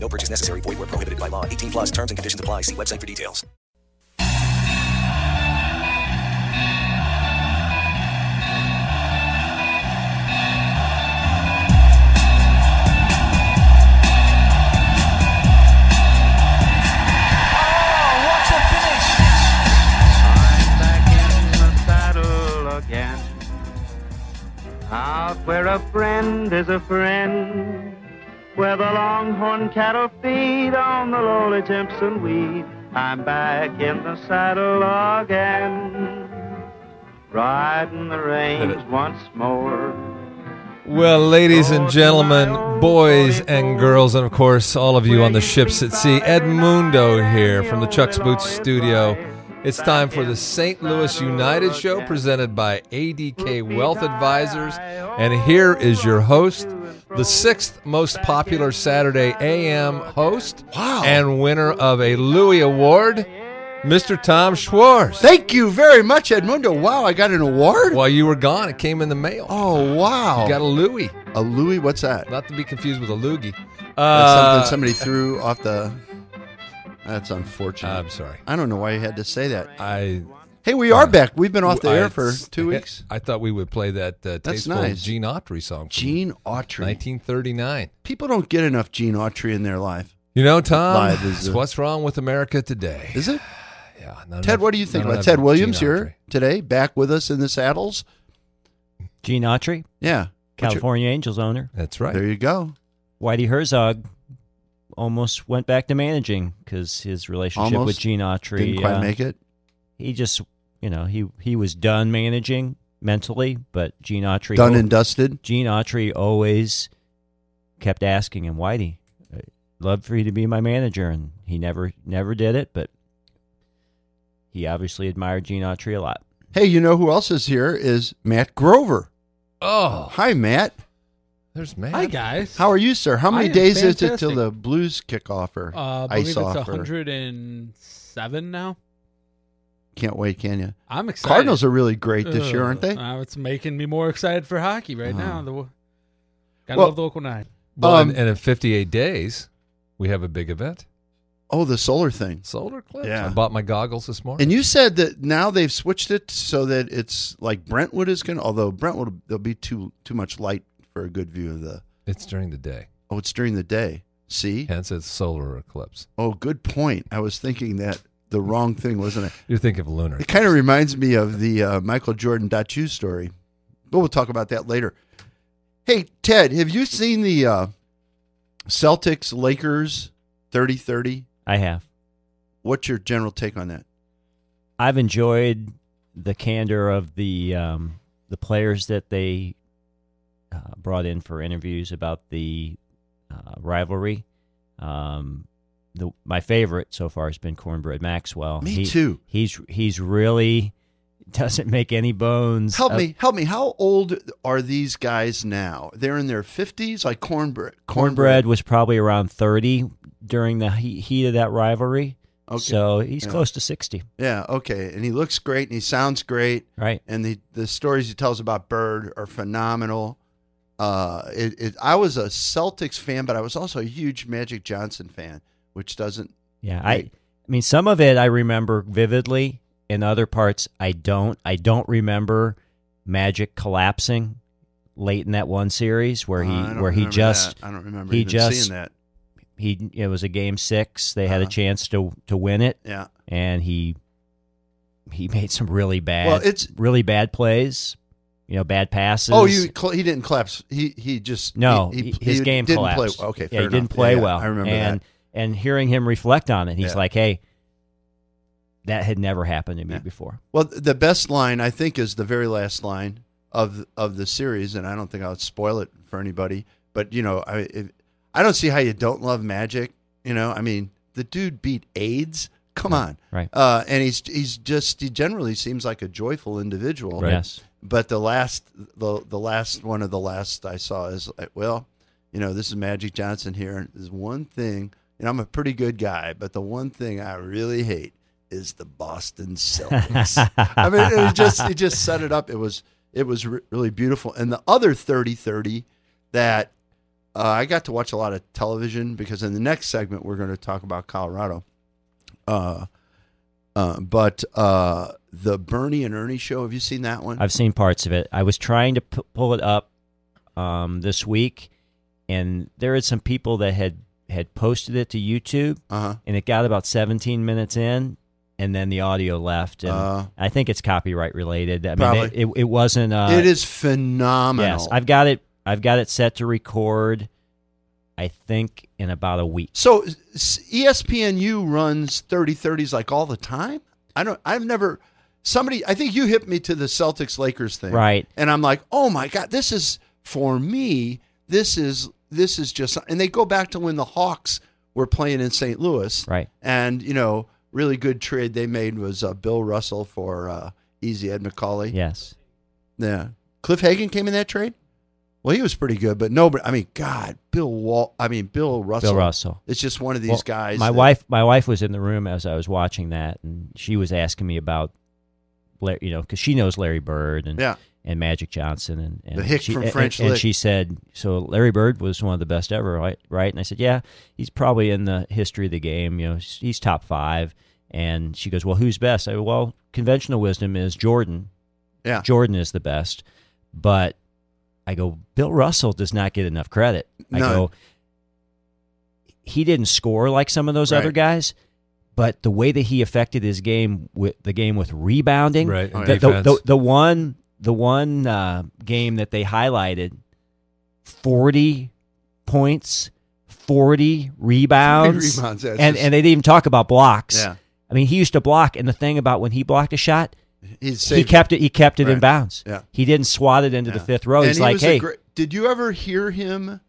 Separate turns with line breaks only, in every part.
No purchase necessary. Void where prohibited by law. 18 plus terms and conditions apply. See website for details.
I'm back in the saddle again. Out where a friend is a friend, where the longhorn cattle feed on the lowly Timpson weed. I'm back in the saddle again, riding the range once more.
Well, ladies and gentlemen, boys and girls, and of course, all of you on the ships at sea, Edmundo here from the Chuck's Boots studio. It's time for the St. Louis United show presented by ADK Wealth Advisors. And here is your host, the sixth most popular Saturday AM host
Wow.
and winner of a Louis Award, Mr. Tom Schwartz.
Thank you very much, Edmundo. Wow, I got an award.
While you were gone, it came in the mail.
Oh wow!
You got a Louis.
a Louis? What's that?
Not to be confused with a loogie.
That's
Uh,
something somebody threw off the. That's unfortunate.
I'm sorry.
I don't know why you had to say that.
I
Hey, we are back. We've been off the
I-
air for two weeks.
I thought we would play that uh,
That's
tasteful
nice.
Gene Autry song, from
Gene Autry.
1939.
People don't get enough Gene Autry in their life.
You know, Tom,
Live is
it's
a-
what's wrong with America today?
Is it?
Yeah, not
Ted,
enough-
what do you think
not
about
enough
Ted
Gene
Williams
Autry.
here today, back with us in the saddles?
Gene Autry,
Yeah. What's your-
California Angels owner.
That's right.
There you go.
Whitey Herzog almost went back to managing because his relationship with
Almost.
Gene Autry.
Didn't quite
uh,
make it.
He just, you know, he he was done managing mentally, but Gene Autry
Done
al-
and dusted.
Gene Autry always kept asking him, Whitey, I'd love for you to be my manager, and he never never did it, but he obviously admired Gene Autry a lot.
Hey, you know who else is here? Is Matt Grover.
Oh,
Hi, Matt.
there's Matt.
Hi guys.
How are you, sir? How
I
many
am
days is it till
fantastic.
the Blues kick off or
Uh, I
ice
believe
off?
it's
or-
107 now.
Can't wait, can you?
I'm excited.
Cardinals are really great this year, aren't they? Uh-huh.
Uh, it's making me more excited for hockey right now. The, gotta
Well-
love the local nine.
Well,
um,
and, and in 58 days, we have a big event.
Oh, the solar thing.
Solar eclipse.
Yeah.
I bought my goggles this morning.
And you said that now they've switched it so that it's like Brentwood is going. to Although Brentwood, there'll be too too much light for a good view of the.
it's during the day.
Oh, it's during the day. See.
Hence, it's solar eclipse.
Oh, good point. I was thinking that the wrong thing, wasn't it?
You're thinking of lunar.
It kind of reminds me of the uh, Michael Jordan Dachu story, but we'll talk about that later. Hey, Ted, have you seen the uh, Celtics Lakers 30 30?
I have.
What's your general take on that?
I've enjoyed the candor of the um, the players that they uh, brought in for interviews about the uh, rivalry. Um, the my favorite so far has been Cornbread Maxwell.
Me too.
He's he's really doesn't make any bones. Uh,
Help
of-
me, help me. How old are these guys now? They're in their 50s, like cornbread.
Cornbread was probably around thirty during the he- heat of that rivalry.
Okay.
So he's
Yeah.
close to sixty,
Yeah, okay. And he looks great and he sounds great.
right?
and the the stories he tells about Bird are phenomenal. Uh, it, it, I was a Celtics fan, but I was also a huge Magic Johnson fan, which doesn't.
Yeah, I, I
Right.
mean, some of it I remember vividly, and other parts I don't. I don't remember Magic collapsing late in that one series where he
I don't
where he
remember
just
that. I don't remember
he
even
just-
seeing that.
he it was a game six. They had a
Uh-huh.
chance to to win it,
Yeah,
and he he made some really bad,
Well, it's-
really bad plays. You know, bad passes.
Oh, you cl- he didn't collapse. He he just
No,
He, he-
he- his
he
game
didn't
collapsed.
play. Okay,
yeah,
fair
he didn't
enough.
play
Yeah, yeah,
well.
I remember
and,
that.
And hearing him reflect on it, he's
Yeah.
like, "Hey, that had never happened to me
Yeah.
before."
Well, th- the best line I think is the very last line of of the series, and I don't think I would spoil it for anybody. But you know, I if, I don't see how you don't love Magic. You know, I mean, the dude beat AIDS. Come on.
Right.
Uh, and he's he's just he generally seems like a joyful individual.
Right.
Yes.
But the last the the last one of the last I saw is like, well, you know, this is Magic Johnson here, and there's one thing, and I'm a pretty good guy, but the one thing I really hate is the Boston Celtics. I mean, it was just it just set it up. It was it was re- really beautiful. And the other 30-30 that uh, I got to watch a lot of television because in the next segment we're going to talk about Colorado. Uh, uh, but uh, the Bernie and Ernie show. Have you seen that one?
I've seen parts of it. I was trying to p- pull it up um, this week, and there is some people that had had posted it to YouTube,
Uh-huh.
and it got about 17 minutes in, and then the audio left. And
Uh.
I think it's copyright related. I mean,
Probably.
it, it, it wasn't. Uh,
it is phenomenal.
Yes, I've got it. I've got it set to record. I think in about a week.
so s- ESPNU runs 30-30s like all the time. I don't. I've never. Somebody. I think you hit me to the Celtics Lakers thing,
Right.
And I'm like, oh my god, this is for me. This is this is just. And they go back to when the Hawks were playing in St. Louis,
Right.
And you know, really good trade they made was uh, Bill Russell for uh, Easy Ed McCauley.
Yes.
Yeah. Cliff Hagan came in that trade. Well, he was pretty good, but nobody. I mean, God, Bill Wall. I mean, Bill Russell.
Bill Russell.
It's just one of these
Well,
guys.
My
that-
wife, my wife was in the room as I was watching that, and she was asking me about, Larry, you know, because she knows Larry Bird and
Yeah.
and Magic Johnson and, and
The hick
she,
from
and-
French
and,
Lick.
she said, so Larry Bird was one of the best ever, right? Right? And I said, yeah, he's probably in the history of the game. You know, he's he's top five. And she goes, well, who's best? I go, well, conventional wisdom is Jordan.
Yeah.
Jordan is the best, but I go, Bill Russell does not get enough credit. I
No.
go, he didn't score like some of those
Right.
other guys, but the way that he affected his game with the game with rebounding,
Right, and
The, the,
defense.
the, the one the one uh, game that they highlighted, forty points, forty rebounds,
rebounds, yeah, it's
and
just-
and they didn't even talk about blocks.
Yeah.
I mean, he used to block, and the thing about when he blocked a shot,
He's
he
saved-
kept it. He kept it in
Right.
bounds.
Yeah.
He didn't swat it into the
Yeah.
fifth row.
And
He's
he
like,
was a
hey,
great- did you ever hear him?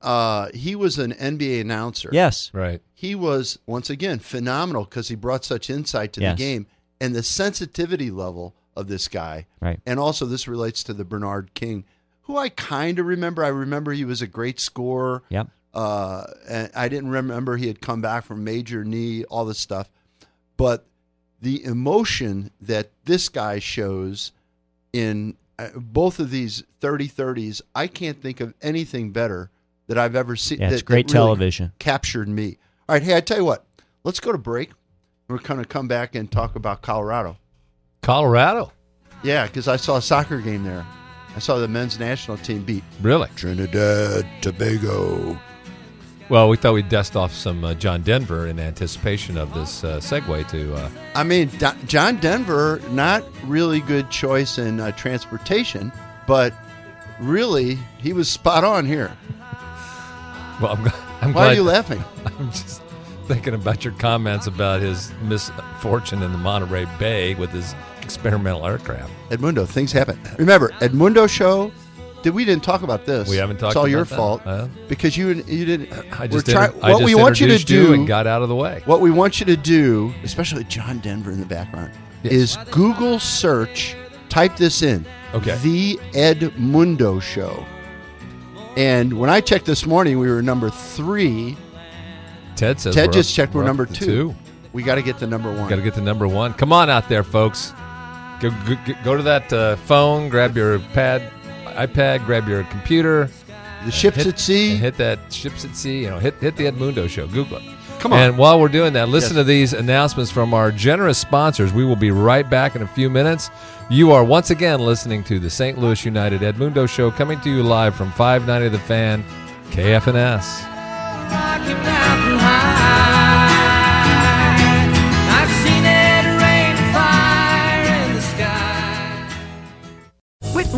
Uh, he was an NBA announcer.
yes,
Right.
He was once again phenomenal because he brought such insight to
Yes.
the game and the sensitivity level of this guy.
right,
And also, this relates to the Bernard King, who I kind of remember. I remember he was a great scorer.
yep,
Uh, and I didn't remember he had come back from major knee, all this stuff. But the emotion that this guy shows in uh, both of these 30 30s, I can't think of anything better that I've ever seen.
Yeah, it's
that- that
great
really
television.
Captured me. All right. Hey, I tell you what, let's go to break. We're going to come back and talk about Colorado.
Colorado.
Yeah, because I saw a soccer game there. I saw the men's national team beat
Really?
Trinidad Tobago.
Well, we thought we'd dust off some uh, John Denver in anticipation of this uh, segue to. Uh,
I mean, Do- John Denver, not really good choice in uh, transportation, but really, he was spot on here.
well, I'm, gl- I'm
Why
glad
are you laughing?
I'm just thinking about your comments about his misfortune in the Monterey Bay with his experimental aircraft.
Edmundo, things happen. Remember, Edmundo show. Did we didn't talk about this?
We haven't talked
It's all your
about that.
fault
Uh,
because you you didn't.
I
we're
just,
try-
inter- I just introduced you and got out of the way.
What we want you to do, especially with John Denver in the background,
Yes.
is Google search, type this in.
Okay.
The Ed Mundo Show. And when I checked this morning, we were number three.
Ted says
Ted
we're
just
up-
checked we're,
up
number
to
two. We got to get to number one.
Got to get to number one. Come on out there, folks. Go, go, go to that uh, phone, grab your pad, iPad, grab your computer.
the ships
hit,
at sea.
and hit that ships at sea. You know, hit hit the Edmundo show. Google it.
Come on.
And while we're doing that, listen
Yes.
to these announcements from our generous sponsors. We will be right back in a few minutes. You are once again listening to the St. Louis United Edmundo Show, coming to you live from 590 The Fan, KFNS.
With